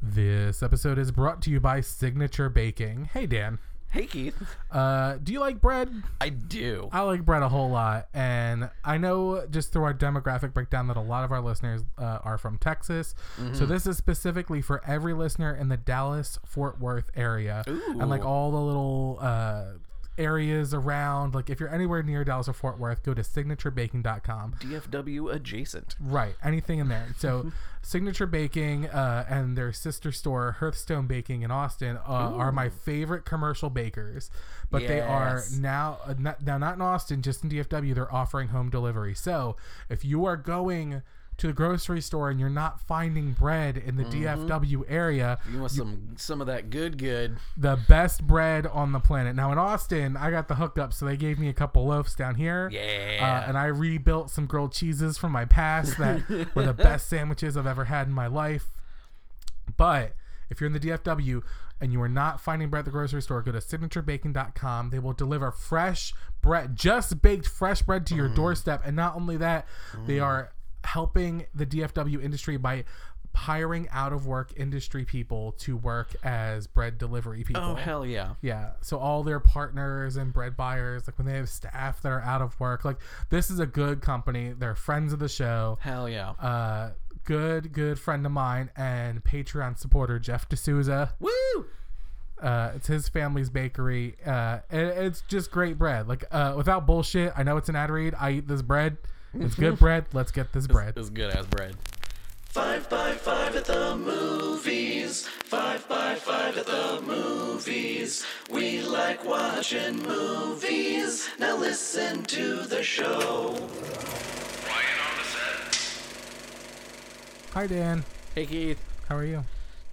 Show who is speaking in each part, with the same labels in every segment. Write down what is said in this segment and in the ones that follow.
Speaker 1: This episode is brought to you by Signature Baking. Hey, Dan.
Speaker 2: Hey Keith,
Speaker 1: Uh, do you like bread?
Speaker 2: I do.
Speaker 1: I like bread a whole lot, and I know just through our demographic breakdown that a lot of our listeners uh, are from Texas. So this is specifically for every listener in the Dallas Fort Worth area, and like all the little uh, areas around. Like if you're anywhere near Dallas or Fort Worth, go to signaturebaking.com.
Speaker 2: DFW adjacent.
Speaker 1: Right, anything in there. So, Signature Baking uh, and their sister store, Hearthstone Baking in Austin, uh, are my favorite commercial bakers. But they are
Speaker 2: Yes.
Speaker 1: now uh, not, now not in Austin, just in DFW. They're offering home delivery. So, if you are going to the grocery store and you're not finding bread in the DFW area,
Speaker 2: You want some some of that good good?
Speaker 1: the best bread on the planet. Now in Austin, I got the hookup, so they gave me a couple loaves down here.
Speaker 2: Yeah.
Speaker 1: Uh, and I rebuilt some grilled cheeses from my past that were the best sandwiches I've ever had in my life. But if you're in the DFW and you are not finding bread at the grocery store, go to signaturebaking.com. They will deliver fresh bread, just baked fresh bread to
Speaker 2: Mm.
Speaker 1: your doorstep. And not only that, they are helping the DFW industry by hiring out of work industry people to work as bread delivery people.
Speaker 2: Oh hell yeah!
Speaker 1: Yeah. So all their partners and bread buyers, like when they have staff that are out of work, like this is a good company. They're friends of the show.
Speaker 2: Hell yeah!
Speaker 1: Uh, good, good friend of mine and Patreon supporter Jeff D'Souza.
Speaker 2: Woo!
Speaker 1: Uh, it's his family's bakery. Uh, and it's just great bread. Like uh, without bullshit, I know it's an ad read. I eat this bread. It's good bread. Let's get this bread.
Speaker 2: This is good ass bread.
Speaker 3: Five by five at the movies. Five by five at the movies. We like watching movies. Now listen to the show. Quiet on the set.
Speaker 1: Hi Dan,
Speaker 2: Hey Keith,
Speaker 1: how are you?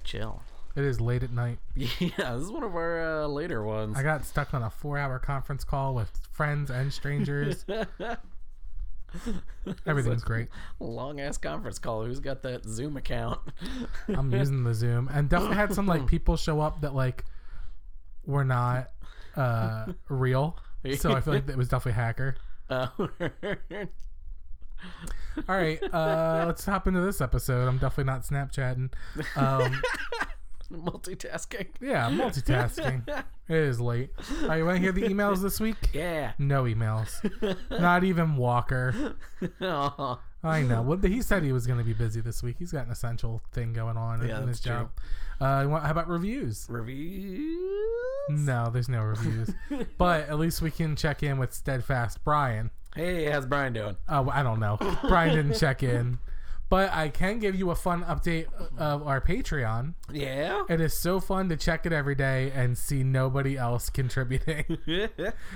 Speaker 2: chill.
Speaker 1: It is late at night.
Speaker 2: Yeah, this is one of our uh, later ones.
Speaker 1: I got stuck on a four-hour conference call with friends and strangers. Everything's great.
Speaker 2: Long ass conference call. Who's got that Zoom account?
Speaker 1: I'm using the Zoom, and definitely had some like people show up that like were not uh, real. So I feel like it was definitely hacker.
Speaker 2: Uh,
Speaker 1: All right, uh, let's hop into this episode. I'm definitely not Snapchatting. Um,
Speaker 2: multitasking.
Speaker 1: yeah, multitasking. It is late. All right, you want to hear the emails this week?
Speaker 2: Yeah.
Speaker 1: No emails. Not even Walker.
Speaker 2: Aw.
Speaker 1: I know. Well, he said he was going to be busy this week. He's got an essential thing going on
Speaker 2: Yeah,
Speaker 1: in his
Speaker 2: that's true.
Speaker 1: job. Uh, you want- how about reviews?
Speaker 2: Reviews.
Speaker 1: No, there's no reviews. but at least we can check in with steadfast Brian.
Speaker 2: Hey, how's Brian doing?
Speaker 1: Uh, well, I don't know. Brian didn't check in. But I can give you a fun update of our Patreon.
Speaker 2: Yeah.
Speaker 1: It is so fun to check it every day and see nobody else contributing.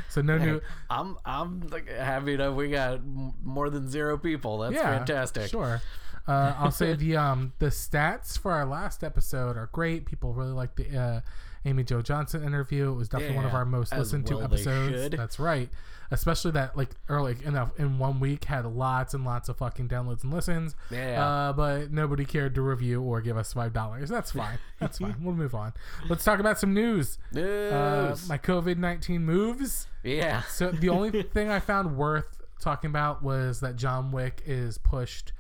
Speaker 1: So no new.
Speaker 2: I'm I'm like, happy that we got m- more than zero people. That's
Speaker 1: Yeah,
Speaker 2: fantastic.
Speaker 1: Sure. Uh, I'll say the um the stats for our last episode are great. People really like the uh, Amy Jo Johnson interview. It was definitely one of
Speaker 2: Yeah,
Speaker 1: our most
Speaker 2: as
Speaker 1: listened to
Speaker 2: well they
Speaker 1: episodes.
Speaker 2: should.
Speaker 1: That's right. Especially that like early enough in one week had lots and lots of fucking downloads and listens.
Speaker 2: Yeah.
Speaker 1: Uh, but nobody cared to review or give us five dollars. That's fine. That's fine. We'll move on. Let's talk about some news. Uh,
Speaker 2: News.
Speaker 1: my COVID nineteen moves.
Speaker 2: yeah.
Speaker 1: So the only thing I found worth talking about was that John Wick is pushed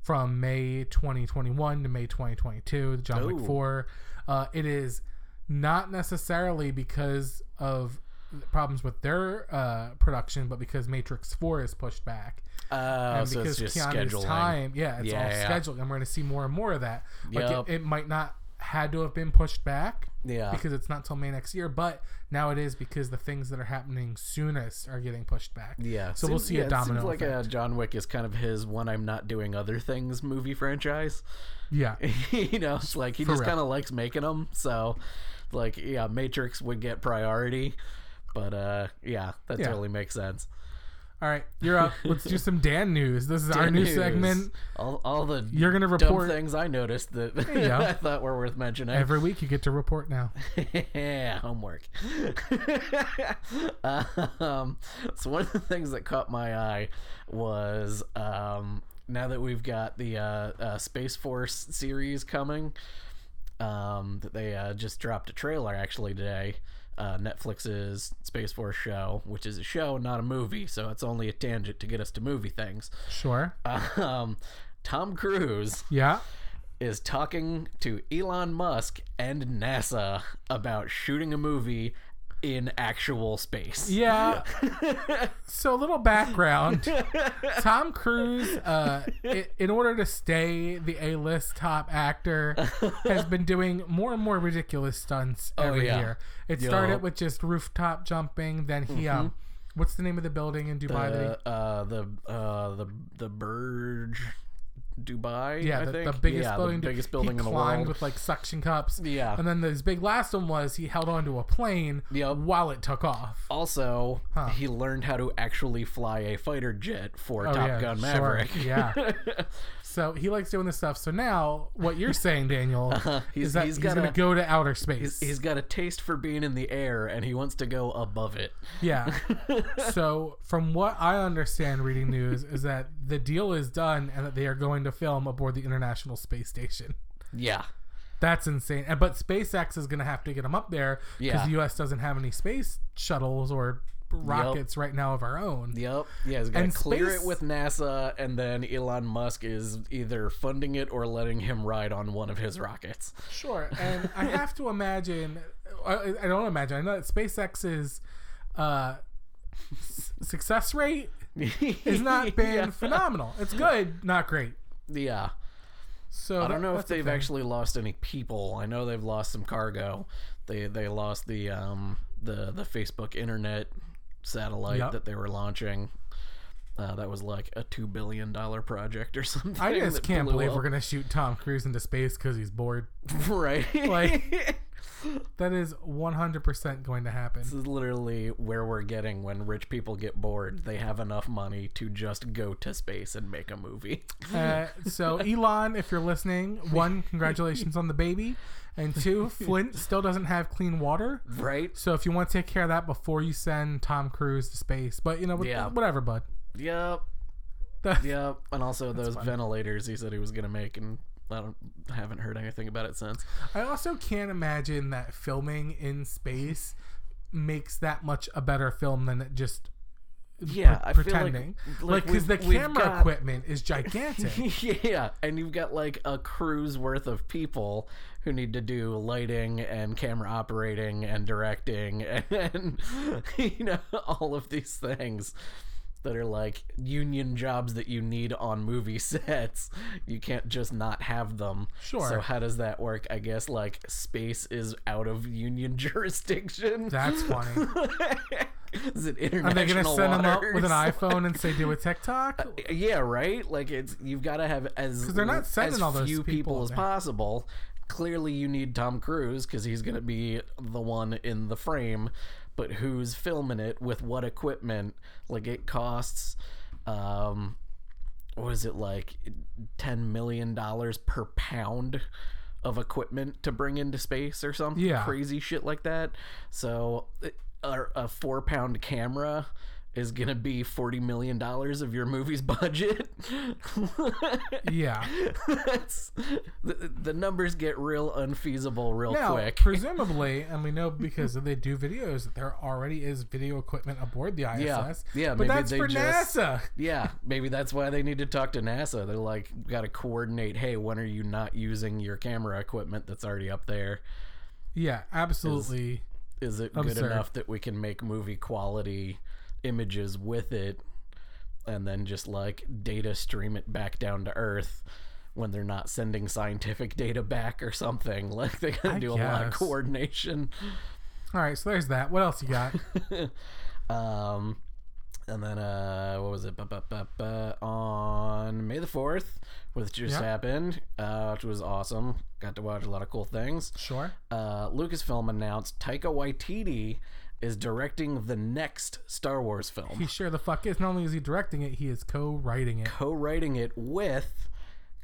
Speaker 1: from May 2021 to May 2022. the John Wick
Speaker 2: Ooh.
Speaker 1: 4. Uh, it is not necessarily because of problems with their uh, production, but because Matrix 4 is pushed back.
Speaker 2: Uh,
Speaker 1: And
Speaker 2: so
Speaker 1: because
Speaker 2: it's just
Speaker 1: Keanu's
Speaker 2: scheduling.
Speaker 1: time, yeah, it's all
Speaker 2: Yeah, yeah.
Speaker 1: scheduled, and we're going to see more and more of that. Like
Speaker 2: Yup.
Speaker 1: it, it might not had to have been pushed back,
Speaker 2: Yeah.
Speaker 1: because it's not till May next year. But now it is because the things that are happening soonest are getting pushed back.
Speaker 2: yeah.
Speaker 1: So we'll
Speaker 2: Seems-
Speaker 1: see
Speaker 2: yeah,
Speaker 1: a domino
Speaker 2: It seems like uh
Speaker 1: effect.
Speaker 2: John Wick is kind of his "when I'm not doing other things" movie franchise.
Speaker 1: Yeah.
Speaker 2: you know, it's like he just
Speaker 1: real.
Speaker 2: kind of likes making them. So, like, yeah, Matrix would get priority, but uh, yeah, that
Speaker 1: Yeah.
Speaker 2: totally makes sense.
Speaker 1: All right, you're up. Let's do some Dan news. This is our new
Speaker 2: News.
Speaker 1: segment.
Speaker 2: All, all the
Speaker 1: You're gonna
Speaker 2: dumb
Speaker 1: report
Speaker 2: things I noticed that
Speaker 1: you go.
Speaker 2: I thought were worth mentioning.
Speaker 1: every week. You get to report now.
Speaker 2: yeah, homework. um, so one of the things that caught my eye was um, now that we've got the uh, uh, Space Force series coming. Um, that they uh, just dropped a trailer actually today. Uh, Netflix's Space Force show, which is a show, not a movie, so it's only a tangent to get us to movie things.
Speaker 1: Sure.
Speaker 2: Um, Tom Cruise
Speaker 1: Yeah.
Speaker 2: is talking to Elon Musk and NASA about shooting a movie in actual space.
Speaker 1: Yeah. so a little background. Tom Cruise, uh, i- in order to stay the A-list top actor, has been doing more and more ridiculous stunts every
Speaker 2: Oh, yeah.
Speaker 1: year. It
Speaker 2: Yo. Mm-hmm.
Speaker 1: started with just rooftop jumping. Then he, um, what's the name of the building in Dubai? that he-
Speaker 2: Uh, uh, the uh, the the Burj, Dubai.
Speaker 1: yeah,
Speaker 2: I
Speaker 1: the,
Speaker 2: think?
Speaker 1: the biggest
Speaker 2: Yeah, the
Speaker 1: building.
Speaker 2: biggest
Speaker 1: he
Speaker 2: building in the
Speaker 1: climbed
Speaker 2: world.
Speaker 1: with like suction cups.
Speaker 2: Yeah.
Speaker 1: And then this big last one was he held onto a plane
Speaker 2: Yep.
Speaker 1: while it took off.
Speaker 2: Also, he learned how to actually fly a fighter jet for Top
Speaker 1: Oh, yeah,
Speaker 2: Gun
Speaker 1: sure,
Speaker 2: Maverick.
Speaker 1: yeah. So he likes doing this stuff. So now, what you're saying, Daniel,
Speaker 2: Uh-huh. He's-
Speaker 1: is that
Speaker 2: he's
Speaker 1: he's,
Speaker 2: got
Speaker 1: going
Speaker 2: a-
Speaker 1: to go to outer space.
Speaker 2: He's got a taste for being in the air, and he wants to go above it.
Speaker 1: yeah. so from what I understand, reading news is that the deal is done and that they are going to film aboard the International Space Station.
Speaker 2: Yeah,
Speaker 1: That's insane. And- But SpaceX is going to have to get them up there because
Speaker 2: Yeah.
Speaker 1: the U.S. doesn't have any space shuttles or rockets right now of our own.
Speaker 2: yep, yeah. He's gonna
Speaker 1: And
Speaker 2: clear
Speaker 1: space-
Speaker 2: it with NASA, and then Elon Musk is either funding it or letting him ride on one of his rockets.
Speaker 1: Sure, and I have to imagine. uh, I, I don't imagine. I know that SpaceX's uh, s- success rate has not been phenomenal. It's good, not great.
Speaker 2: Yeah.
Speaker 1: So
Speaker 2: I don't know if they've actually lost any people. I know they've lost some cargo. They they lost the um the the Facebook internet satellite
Speaker 1: Yep.
Speaker 2: that they were launching. Uh, that was like a two billion dollar project or something.
Speaker 1: I just
Speaker 2: that
Speaker 1: can't
Speaker 2: blew
Speaker 1: believe
Speaker 2: up.
Speaker 1: we're gonna shoot Tom Cruise into space because he's bored.
Speaker 2: right.
Speaker 1: Like- That is 100% going to happen.
Speaker 2: this is literally where we're getting when rich people get bored. They have enough money to just go to space and make a movie.
Speaker 1: Uh, so Elon, if you're listening, one, congratulations on the baby, and two, Flint still doesn't have clean water.
Speaker 2: Right?
Speaker 1: So if you want to take care of that before you send Tom Cruise to space, but you know, what-
Speaker 2: Yeah.
Speaker 1: whatever, bud.
Speaker 2: Yep.
Speaker 1: That-
Speaker 2: Yep. And also those ventilators he said he was gonna make and I don't haven't heard anything about it since.
Speaker 1: I also can't imagine that filming in space makes that much a better film than it just
Speaker 2: yeah, I feel like-
Speaker 1: pretending. like, because
Speaker 2: we've-
Speaker 1: the
Speaker 2: we've
Speaker 1: camera
Speaker 2: got-
Speaker 1: equipment is gigantic.
Speaker 2: yeah, and you've got like a crew's worth of people who need to do lighting and camera operating and directing and you know all of these things that are like union jobs that you need on movie sets. You can't just not have them.
Speaker 1: Sure.
Speaker 2: So how does that work? I guess like space is out of union jurisdiction.
Speaker 1: That's funny.
Speaker 2: is it
Speaker 1: Are
Speaker 2: international
Speaker 1: they gonna send him up with an
Speaker 2: waters?
Speaker 1: iPhone and say do a TikTok?
Speaker 2: Uh, Yeah, right. Like it's you've got to have as
Speaker 1: they're not sending
Speaker 2: as
Speaker 1: all those
Speaker 2: few
Speaker 1: people
Speaker 2: as
Speaker 1: there.
Speaker 2: possible. Clearly, you need Tom Cruise because he's going to be the one in the frame. But who's filming it with what equipment? Like it costs, um, what is it like ten million dollars per pound of equipment to bring into space or something?
Speaker 1: Yeah.
Speaker 2: crazy shit like that. So it- a, a four pound camera is gonna be forty million dollars of your movie's budget.
Speaker 1: Yeah.
Speaker 2: That's, the, the numbers get real unfeasible real
Speaker 1: Now,
Speaker 2: quick.
Speaker 1: presumably, and we know because they do videos, that there already is video equipment aboard the ISS.
Speaker 2: Yeah,
Speaker 1: but
Speaker 2: maybe
Speaker 1: that's
Speaker 2: they
Speaker 1: for
Speaker 2: just-
Speaker 1: NASA.
Speaker 2: yeah, maybe that's why they need to talk to NASA. They're like, gotta coordinate. Hey, when are you not using your camera equipment that's already up there?
Speaker 1: Yeah, absolutely.
Speaker 2: Is it good
Speaker 1: Absurd.
Speaker 2: enough that we can make movie quality images with it, and then just like data stream it back down to Earth? When they're not sending scientific data back or something, like they gotta
Speaker 1: I
Speaker 2: do a lot of
Speaker 1: guess.
Speaker 2: coordination.
Speaker 1: All right, so there's that. What else you got?
Speaker 2: Um, and then uh, what was it? Ba, ba, ba, ba, on May the fourth, which just
Speaker 1: Yeah.
Speaker 2: happened, uh, which was awesome. Got to watch a lot of cool things.
Speaker 1: sure.
Speaker 2: Uh, Lucasfilm announced Taika Waititi is directing the next Star Wars
Speaker 1: He
Speaker 2: film,
Speaker 1: sure the fuck is. Not only is he directing it, he is co-writing it.
Speaker 2: co-writing it with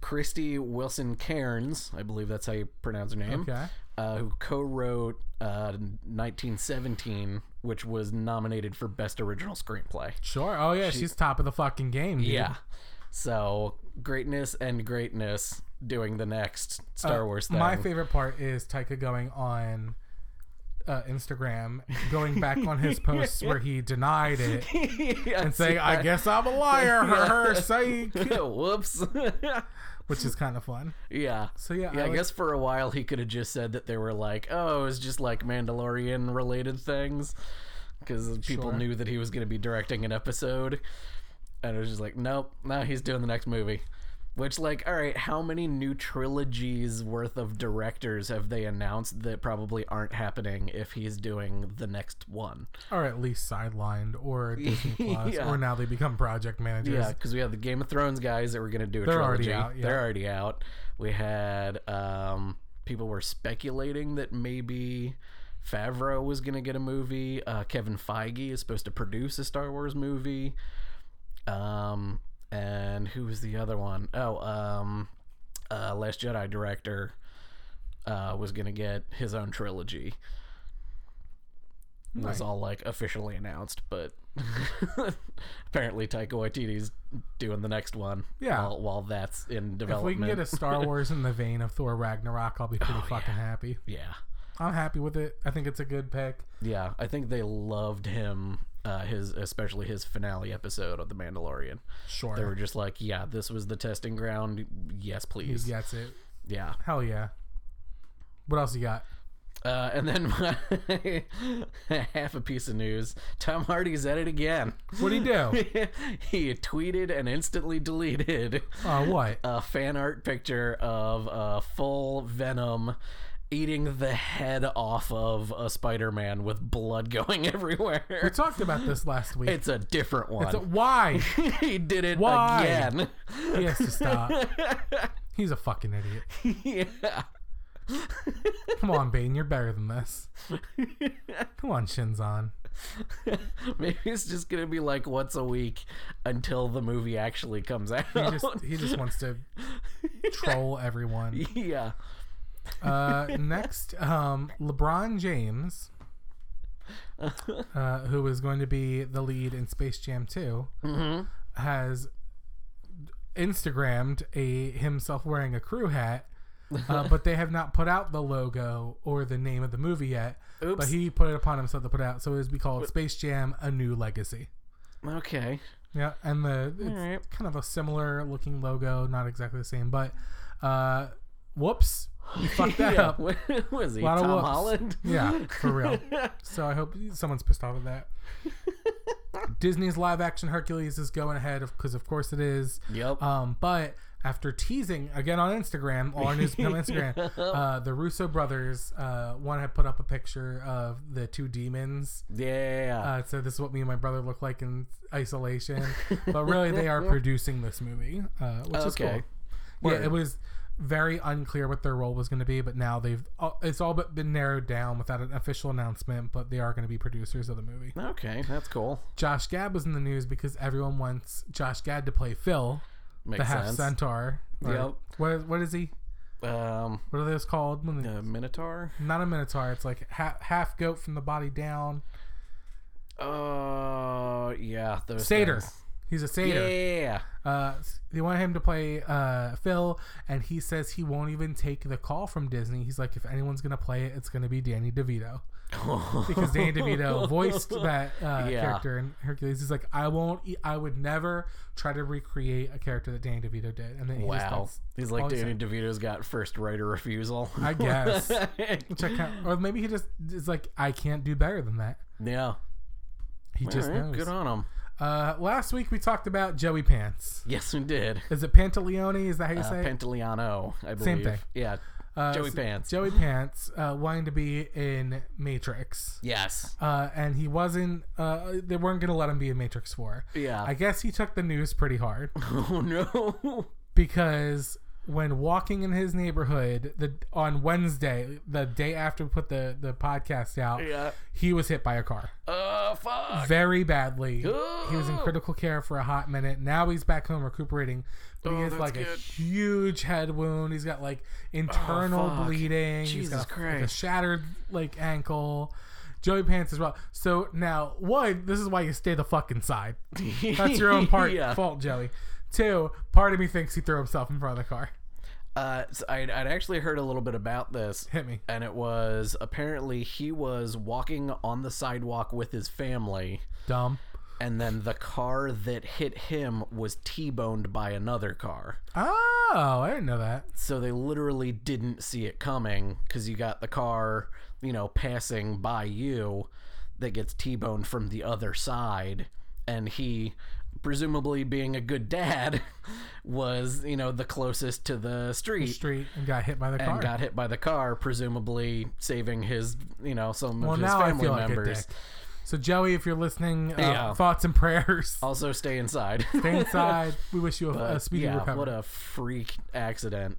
Speaker 2: Christy Wilson Cairns. I believe that's how you pronounce her name.
Speaker 1: Okay.
Speaker 2: Uh, who co-wrote uh, 1917, which was nominated for Best Original Screenplay.
Speaker 1: Sure. Oh yeah, she's top of the fucking game. Dude.
Speaker 2: Yeah. So greatness and greatness doing the next Star Wars thing.
Speaker 1: Uh, My favorite part is Taika going on uh, Instagram, going back on his posts where he denied it
Speaker 2: favorite
Speaker 1: and saying, "I guess I'm a liar." Her, her, psych.
Speaker 2: Whoops.
Speaker 1: which is kind of fun.
Speaker 2: Yeah.
Speaker 1: So yeah,
Speaker 2: Yeah, I
Speaker 1: like-
Speaker 2: guess for a while he could have just said that they were like, oh, it's just like Mandalorian related things, because people
Speaker 1: Sure.
Speaker 2: knew that he was going to be directing an episode, and it was just like, nope, now he's doing the next movie. Which, like, all right, how many new trilogies worth of directors have they announced that probably aren't happening if he's doing the next one?
Speaker 1: or at least sidelined or Disney Plus,
Speaker 2: Yeah.
Speaker 1: or now they become project managers.
Speaker 2: Yeah, because we have the Game of Thrones guys that were going to do a
Speaker 1: They're already
Speaker 2: trilogy.
Speaker 1: out, yeah.
Speaker 2: They're already out. We had um, people were speculating that maybe Favreau was going to get a movie. Uh, Kevin Feige is supposed to produce a Star Wars movie. Um, and who was the other one? Oh, um, uh, Last Jedi director uh, was going to get his own trilogy. It Was
Speaker 1: Nice.
Speaker 2: all like officially announced, but apparently Taika Waititi's doing the next one.
Speaker 1: Yeah.
Speaker 2: While, while that's in
Speaker 1: If we
Speaker 2: development. Oh,
Speaker 1: can get a Star Wars in the vein of Thor Ragnarok, I'll be pretty fucking happy.
Speaker 2: yeah.
Speaker 1: I'm happy with it. I think it's a good pick.
Speaker 2: Yeah. I think they loved him. Uh, his especially his finale episode of The Mandalorian.
Speaker 1: Sure.
Speaker 2: They were just like, yeah, this was the testing ground. Yes,
Speaker 1: he
Speaker 2: please.
Speaker 1: gets it.
Speaker 2: yeah.
Speaker 1: Hell yeah. What else you got?
Speaker 2: Uh, and then my half a piece of news: Tom Hardy's at it again.
Speaker 1: What'd he do?
Speaker 2: he tweeted and instantly deleted
Speaker 1: Uh, what?
Speaker 2: a fan art picture of a full Venom eating the head off of a Spider-Man with blood going
Speaker 1: We
Speaker 2: everywhere.
Speaker 1: talked about this last week.
Speaker 2: It's a different one.
Speaker 1: So why?
Speaker 2: he did it
Speaker 1: Why?
Speaker 2: again.
Speaker 1: He has to stop. He's a fucking idiot.
Speaker 2: yeah.
Speaker 1: Come on, Bane. You're better than this. Come on, Shinzon.
Speaker 2: Maybe it's just gonna be like once a week until the movie actually comes out.
Speaker 1: He just, he just wants to troll everyone.
Speaker 2: yeah.
Speaker 1: Uh, next, um, LeBron James, uh, who is going to be the lead in Space Jam 2,
Speaker 2: Mm-hmm.
Speaker 1: has Instagrammed a himself wearing a crew hat, uh, but they have not put out the logo or the name of the movie yet.
Speaker 2: Oops.
Speaker 1: But he put it upon himself to put out, so it would be called Space Jam: A New Legacy.
Speaker 2: Okay.
Speaker 1: Yeah, and the it's
Speaker 2: Alright.
Speaker 1: kind of a similar looking logo, not exactly the same, but uh, whoops, you fucked that
Speaker 2: Yeah.
Speaker 1: up.
Speaker 2: What was he?
Speaker 1: Lot of
Speaker 2: Tom
Speaker 1: whoops.
Speaker 2: Holland?
Speaker 1: Yeah, for real. So I hope someone's pissed off at that. Disney's live action Hercules is going ahead because of course it is.
Speaker 2: Yep.
Speaker 1: Um, but after teasing again on Instagram, all our news on Instagram, uh, the Russo brothers, uh, one had put up a picture of the two demons.
Speaker 2: yeah.
Speaker 1: Uh, so this is what me and my brother look like in isolation. but really, they are producing this movie, uh, which is cool.
Speaker 2: Okay.
Speaker 1: Yeah, it
Speaker 2: Word.
Speaker 1: was very unclear what their role was going to be, but now they've uh, it's all but been narrowed down without an official announcement. But they are going to be producers of the movie.
Speaker 2: okay, that's cool.
Speaker 1: Josh Gad was in the news because everyone wants Josh Gad to play Phil,
Speaker 2: Makes
Speaker 1: the half
Speaker 2: sense.
Speaker 1: centaur. or
Speaker 2: Yep.
Speaker 1: What what is he?
Speaker 2: Um,
Speaker 1: What are those called? When they-
Speaker 2: uh, Minotaur.
Speaker 1: Not a minotaur. It's like half, half goat from the body down.
Speaker 2: Uh, yeah. Those
Speaker 1: Satyr.
Speaker 2: things.
Speaker 1: He's a satyr.
Speaker 2: Yeah.
Speaker 1: Uh, they want him to play uh, Phil, and he says he won't even take the call from Disney. He's like, if anyone's gonna play it, it's gonna be Danny DeVito because Danny DeVito voiced that uh,
Speaker 2: Yeah.
Speaker 1: character in Hercules. He's like, I won't, e- I would never try to recreate a character that Danny DeVito did. And then he just
Speaker 2: Wow.
Speaker 1: starts-
Speaker 2: He's like
Speaker 1: all he
Speaker 2: Danny
Speaker 1: said-
Speaker 2: DeVito's got first writer refusal.
Speaker 1: I guess. Which I can't- or maybe he just is like, I can't do better than that.
Speaker 2: yeah.
Speaker 1: He just
Speaker 2: All right,
Speaker 1: knows.
Speaker 2: Good on him.
Speaker 1: Uh, last week we talked about Joey Pants.
Speaker 2: Yes, we did.
Speaker 1: Is it Pantaleone? Is that how you
Speaker 2: Uh,
Speaker 1: say? it?
Speaker 2: Pantaleano, I believe.
Speaker 1: thing.
Speaker 2: Yeah.
Speaker 1: Uh,
Speaker 2: Joey
Speaker 1: so
Speaker 2: Pants.
Speaker 1: Joey Pants uh, wanting to be in Matrix,
Speaker 2: yes.
Speaker 1: uh, and he wasn't. Uh, they weren't gonna let him be in Matrix Four.
Speaker 2: Yeah.
Speaker 1: I guess he took the news pretty hard
Speaker 2: oh no.
Speaker 1: because when walking in his neighborhood the on Wednesday, the day after we put the the podcast out,
Speaker 2: Yeah.
Speaker 1: he was hit by a car
Speaker 2: Oh fuck.
Speaker 1: very badly. He was in
Speaker 2: Oh.
Speaker 1: critical care for a hot minute. Now he's back home recuperating, but he
Speaker 2: Oh,
Speaker 1: has
Speaker 2: that's
Speaker 1: like a
Speaker 2: good. Oh,
Speaker 1: huge head wound. He's got like internal
Speaker 2: fuck.
Speaker 1: bleeding. he's got
Speaker 2: Jesus
Speaker 1: a, like, a
Speaker 2: Christ.
Speaker 1: shattered like ankle. Joey Pants as well. So now, one, this is why you stay the fuck inside. That's your own part
Speaker 2: Yeah.
Speaker 1: fault, Joey. Two, part of me thinks he threw himself in front of the car.
Speaker 2: Uh, so I'd, I'd actually heard a little bit about this.
Speaker 1: Hit me.
Speaker 2: And it was apparently he was walking on the sidewalk with his family
Speaker 1: Dumb.
Speaker 2: and then the car that hit him was T-boned by another car.
Speaker 1: Oh, I didn't know that.
Speaker 2: So they literally didn't see it coming because you got the car, you know, passing by you that gets T-boned from the other side, and he presumably being a good dad was you know the closest to the street
Speaker 1: Street and got hit by the
Speaker 2: and
Speaker 1: car.
Speaker 2: got hit by the car, presumably saving his, you know, some
Speaker 1: well,
Speaker 2: of his
Speaker 1: now I
Speaker 2: family
Speaker 1: feel like a
Speaker 2: members.
Speaker 1: dick. So Joey, if you're listening, uh,
Speaker 2: Yeah.
Speaker 1: thoughts and prayers.
Speaker 2: also, stay inside.
Speaker 1: Stay inside. We wish you a,
Speaker 2: But,
Speaker 1: a uh, speedy
Speaker 2: yeah,
Speaker 1: recovery.
Speaker 2: what a freak accident!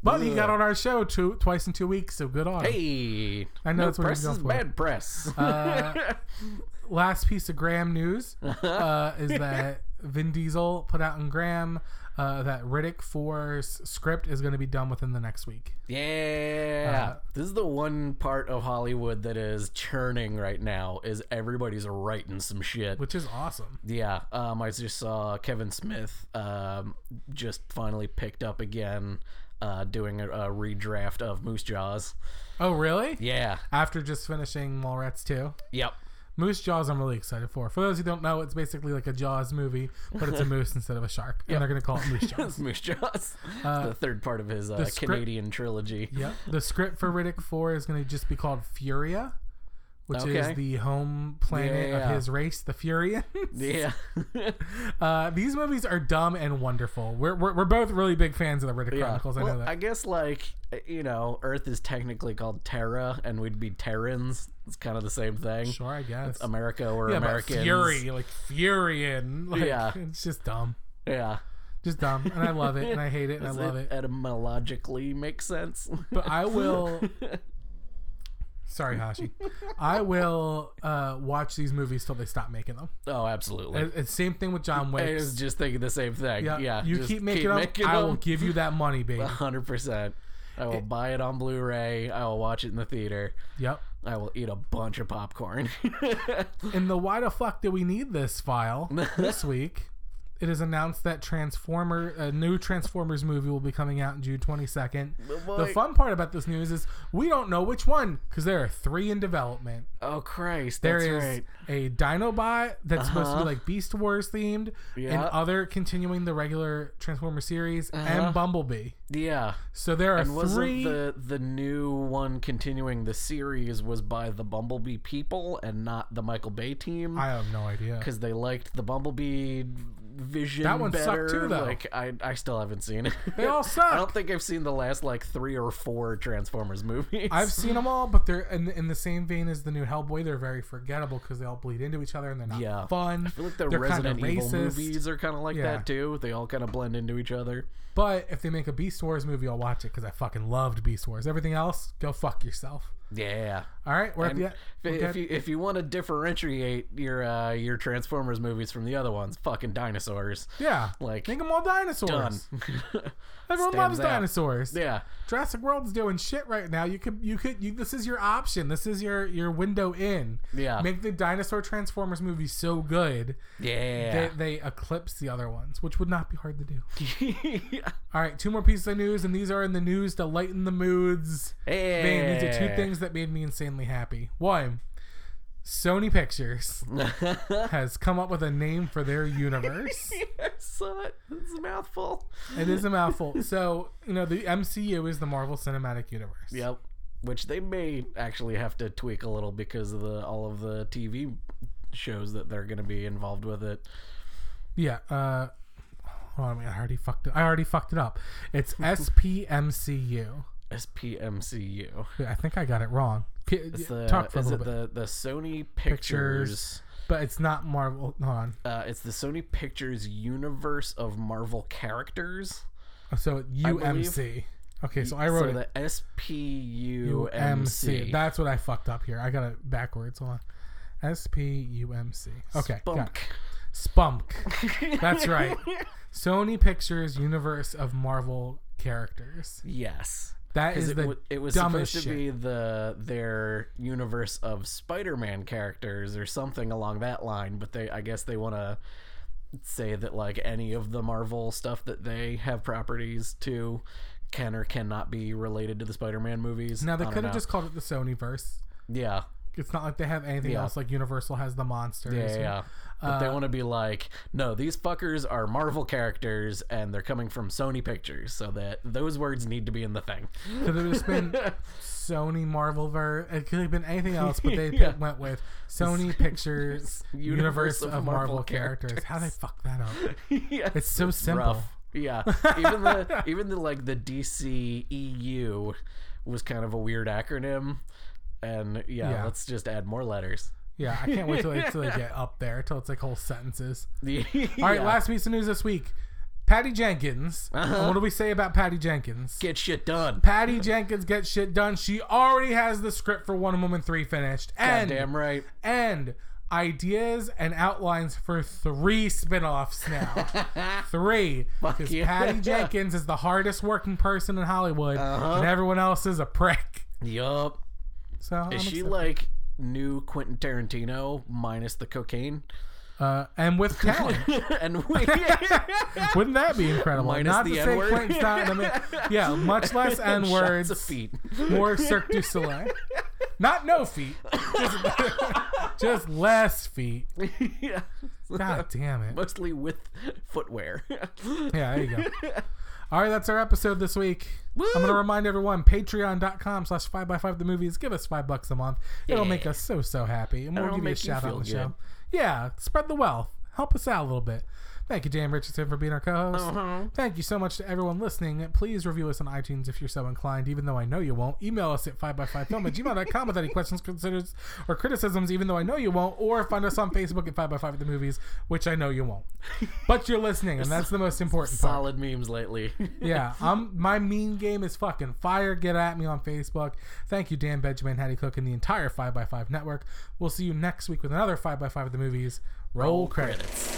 Speaker 1: but you got
Speaker 2: Ugh.
Speaker 1: on our show two twice in two weeks, so good on. you.
Speaker 2: Hey,
Speaker 1: I know
Speaker 2: no
Speaker 1: that's what he's
Speaker 2: press
Speaker 1: going
Speaker 2: is
Speaker 1: for.
Speaker 2: bad press.
Speaker 1: Uh, Last piece of Graham news uh, is that Vin Diesel put out in Graham uh, that Riddick 4's script is going to be done within the next week.
Speaker 2: yeah,
Speaker 1: uh,
Speaker 2: this is the one part of Hollywood that is churning right now. Is everybody's writing some shit.
Speaker 1: which is awesome.
Speaker 2: Yeah, um, I just saw Kevin Smith um, just finally picked up again, uh, doing a, a redraft of Moose Jaws.
Speaker 1: Oh, really?
Speaker 2: Yeah,
Speaker 1: After just finishing Mallrats 2.
Speaker 2: yep,
Speaker 1: Moose Jaws, I'm really excited for. For those who don't know, it's basically like a Jaws movie, but it's a moose instead of a shark. And they're going to call it Moose Jaws.
Speaker 2: it's Moose Jaws.
Speaker 1: Uh,
Speaker 2: it's the third part of his uh,
Speaker 1: script-
Speaker 2: Canadian trilogy.
Speaker 1: yep. The script for Riddick 4 is going to just be called Furia, which
Speaker 2: Okay.
Speaker 1: is the home planet
Speaker 2: Yeah.
Speaker 1: of his race, the Furians.
Speaker 2: Yeah,
Speaker 1: uh, these movies are dumb and wonderful. We're, we're, we're both really big fans of the Riddick
Speaker 2: yeah.
Speaker 1: Chronicles. I know
Speaker 2: Well,
Speaker 1: that.
Speaker 2: I guess like you know, Earth is technically called Terra, and we'd be Terrans. It's kind of the same thing.
Speaker 1: sure, I guess.
Speaker 2: America or
Speaker 1: yeah,
Speaker 2: Americans.
Speaker 1: but Fury, like Furian. Like,
Speaker 2: Yeah.
Speaker 1: It's just dumb.
Speaker 2: Yeah,
Speaker 1: Just dumb. And I love it. And I hate it. And I
Speaker 2: does
Speaker 1: love
Speaker 2: it,
Speaker 1: it.
Speaker 2: etymologically make sense?
Speaker 1: But I will. Sorry, Hashi. I will uh, watch these movies till they stop making them.
Speaker 2: oh, absolutely.
Speaker 1: And, and same thing with John
Speaker 2: I
Speaker 1: Wick.
Speaker 2: was just thinking the same thing.
Speaker 1: Yeah,
Speaker 2: Yeah,
Speaker 1: you
Speaker 2: just
Speaker 1: keep making them. I will give you that money, baby.
Speaker 2: 100%. I will buy it on Blu-ray. I will watch it in the theater.
Speaker 1: yep.
Speaker 2: I will eat a bunch of popcorn.
Speaker 1: In the why the fuck do we need this file this week? It is announced that Transformer, a new Transformers movie, will be coming out on June twenty second. The
Speaker 2: boy-
Speaker 1: fun part about this news is we don't know which one because there are three in development.
Speaker 2: oh Christ,
Speaker 1: There
Speaker 2: that's
Speaker 1: is
Speaker 2: right.
Speaker 1: a Dinobot that's supposed to be
Speaker 2: Uh-huh.
Speaker 1: like Beast Wars themed, and
Speaker 2: Yeah.
Speaker 1: other continuing the regular Transformer series,
Speaker 2: Uh-huh.
Speaker 1: and Bumblebee.
Speaker 2: Yeah.
Speaker 1: So there are
Speaker 2: And wasn't
Speaker 1: three.
Speaker 2: the the new one continuing the series was by the Bumblebee people and not the Michael Bay team?
Speaker 1: I have no idea.
Speaker 2: because they liked the Bumblebee vision.
Speaker 1: That one sucked
Speaker 2: better.
Speaker 1: too, though.
Speaker 2: Like I, I still haven't seen it.
Speaker 1: They all
Speaker 2: I
Speaker 1: suck.
Speaker 2: don't think I've seen the last like three or four Transformers movies.
Speaker 1: I've seen them all, but they're in, in the same vein as the new Hellboy. They're very forgettable because they all bleed into each other and they're not
Speaker 2: Yeah.
Speaker 1: fun.
Speaker 2: I feel like the
Speaker 1: they're kinda
Speaker 2: Resident Evil movies are kind of like
Speaker 1: Yeah.
Speaker 2: that too. They all kind of blend into each other.
Speaker 1: But if they make a Beast Wars movie, I'll watch it because I fucking loved Beast Wars. Everything else, go fuck yourself.
Speaker 2: Yeah.
Speaker 1: All right, we're
Speaker 2: And
Speaker 1: at the
Speaker 2: if,
Speaker 1: end.
Speaker 2: if you if you want to differentiate your uh, your Transformers movies from the other ones, fucking dinosaurs.
Speaker 1: yeah,
Speaker 2: like,
Speaker 1: make them all dinosaurs.
Speaker 2: Done.
Speaker 1: Everyone
Speaker 2: Stands
Speaker 1: loves
Speaker 2: out.
Speaker 1: dinosaurs.
Speaker 2: yeah.
Speaker 1: Jurassic World's doing shit right now. You could, you could, you, this is your option. This is your your window in.
Speaker 2: Yeah.
Speaker 1: Make the dinosaur Transformers movie so good
Speaker 2: Yeah.
Speaker 1: that they eclipse the other ones, which would not be hard to do.
Speaker 2: yeah.
Speaker 1: All right, two more pieces of news, and these are in the news to lighten the moods. Man, these are two things that made me insanely happy. One, Sony Pictures has come up with a name for their universe.
Speaker 2: I saw it. It's a mouthful.
Speaker 1: it is a mouthful. So, you know, the MCU is the Marvel Cinematic Universe.
Speaker 2: Yep. Which they may actually have to tweak a little because of the all of the TV shows that they're going to be involved with it.
Speaker 1: Yeah. Uh, hold on, a minute, I already fucked it. I already fucked it up. It's SPMCU.
Speaker 2: SPMCU.
Speaker 1: Wait, I think I got it wrong. P-
Speaker 2: It's the
Speaker 1: Talk for a
Speaker 2: is
Speaker 1: little
Speaker 2: it
Speaker 1: bit,
Speaker 2: the the Sony
Speaker 1: Pictures.
Speaker 2: Pictures?
Speaker 1: but it's not Marvel. Hold on.
Speaker 2: Uh, it's the Sony Pictures universe of Marvel characters.
Speaker 1: So UMC. Okay, so I wrote it.
Speaker 2: so the
Speaker 1: UMC.
Speaker 2: SPUMC.
Speaker 1: That's what I fucked up here. I got it backwards. Hold on. S P U M C. Okay. got it.
Speaker 2: Bunk.
Speaker 1: Spunk. That's right. Sony Pictures universe of Marvel characters.
Speaker 2: Yes.
Speaker 1: That
Speaker 2: Because
Speaker 1: is
Speaker 2: it,
Speaker 1: the
Speaker 2: wa- it was supposed
Speaker 1: dumbest
Speaker 2: to
Speaker 1: shit.
Speaker 2: be the their universe of Spider-Man characters or something along that line, but they I guess they want to say that like any of the Marvel stuff that they have properties to can or cannot be related to the Spider-Man movies.
Speaker 1: Now they
Speaker 2: I don't
Speaker 1: could have
Speaker 2: know.
Speaker 1: just called it the Sony verse.
Speaker 2: yeah.
Speaker 1: It's not like they have anything
Speaker 2: Yeah.
Speaker 1: else. Like Universal has the monsters.
Speaker 2: Yeah, yeah. yeah. But
Speaker 1: Uh,
Speaker 2: they want to be like, no, these fuckers are Marvel characters, and they're coming from Sony Pictures, so that those words need to be in the thing.
Speaker 1: Could have just been Sony Marvel ver. It could have been anything else, but they
Speaker 2: Yeah.
Speaker 1: went with Sony Pictures Universe,
Speaker 2: Universe
Speaker 1: of
Speaker 2: of
Speaker 1: Marvel,
Speaker 2: Marvel
Speaker 1: characters.
Speaker 2: characters.
Speaker 1: How they fuck that up?
Speaker 2: yes,
Speaker 1: It's so simple.
Speaker 2: Yeah, even the even the like the DC EU was kind of a weird acronym, and yeah,
Speaker 1: Yeah.
Speaker 2: let's just add more letters.
Speaker 1: Yeah, I can't wait till, they- till they get up there, till it's like whole sentences.
Speaker 2: Yeah. Uh-huh.
Speaker 1: All right, last piece of news this week. Patty Jenkins. And what do we say about Patty Jenkins?
Speaker 2: get shit done.
Speaker 1: Patty Jenkins gets shit done. She already has the script for One Woman 3 finished. And
Speaker 2: Damn right.
Speaker 1: and ideas and outlines for three spin-offs now. three. Because
Speaker 2: yeah.
Speaker 1: Patty Jenkins is the hardest working person in Hollywood
Speaker 2: Uh-huh.
Speaker 1: and everyone else is a prick.
Speaker 2: Yup.
Speaker 1: So I'm
Speaker 2: Is she
Speaker 1: excited.
Speaker 2: like new Quentin Tarantino minus the cocaine?
Speaker 1: uh, and with talent.
Speaker 2: and we,
Speaker 1: Wouldn't that be incredible?
Speaker 2: Minus
Speaker 1: Not
Speaker 2: the
Speaker 1: to say
Speaker 2: N-word.
Speaker 1: Quentin's not. I mean, yeah, much less N
Speaker 2: Shots of
Speaker 1: words.
Speaker 2: feet.
Speaker 1: More Cirque du Soleil. Not no feet. Just, just less feet.
Speaker 2: yeah.
Speaker 1: God damn it.
Speaker 2: Mostly with footwear.
Speaker 1: Yeah, there you go. All right, that's our episode this week. I'm going to
Speaker 2: Woo!
Speaker 1: remind everyone, patreon.com slash 5 by 5 the movies. Give us 5 bucks a month. It'll make
Speaker 2: Yeah.
Speaker 1: us so, so happy. And we'll
Speaker 2: That'll
Speaker 1: give you a
Speaker 2: make you
Speaker 1: shout out
Speaker 2: feel
Speaker 1: on the
Speaker 2: good.
Speaker 1: show. Yeah, spread the wealth. Help us out a little bit. Thank you, Jan Richardson, for being our co-host.
Speaker 2: Uh-huh.
Speaker 1: Thank you so much to everyone listening. Please review us on iTunes if you're so inclined, even though I know you won't. Email us at 5by5film at gmail.com with any questions, considers, or criticisms, even though I know you won't. Or find us on Facebook at 5by5 at the movies, which I know you won't. But you're listening, and that's the most important part.
Speaker 2: Solid memes lately.
Speaker 1: Yeah, I'm my mean game is fucking fire. Get at me on Facebook. Thank you, Dan Benjamin, Hattie Cook, and the entire 5x5 network. We'll see you next week with another 5x5 of the movies. Roll, credits.
Speaker 2: Credits.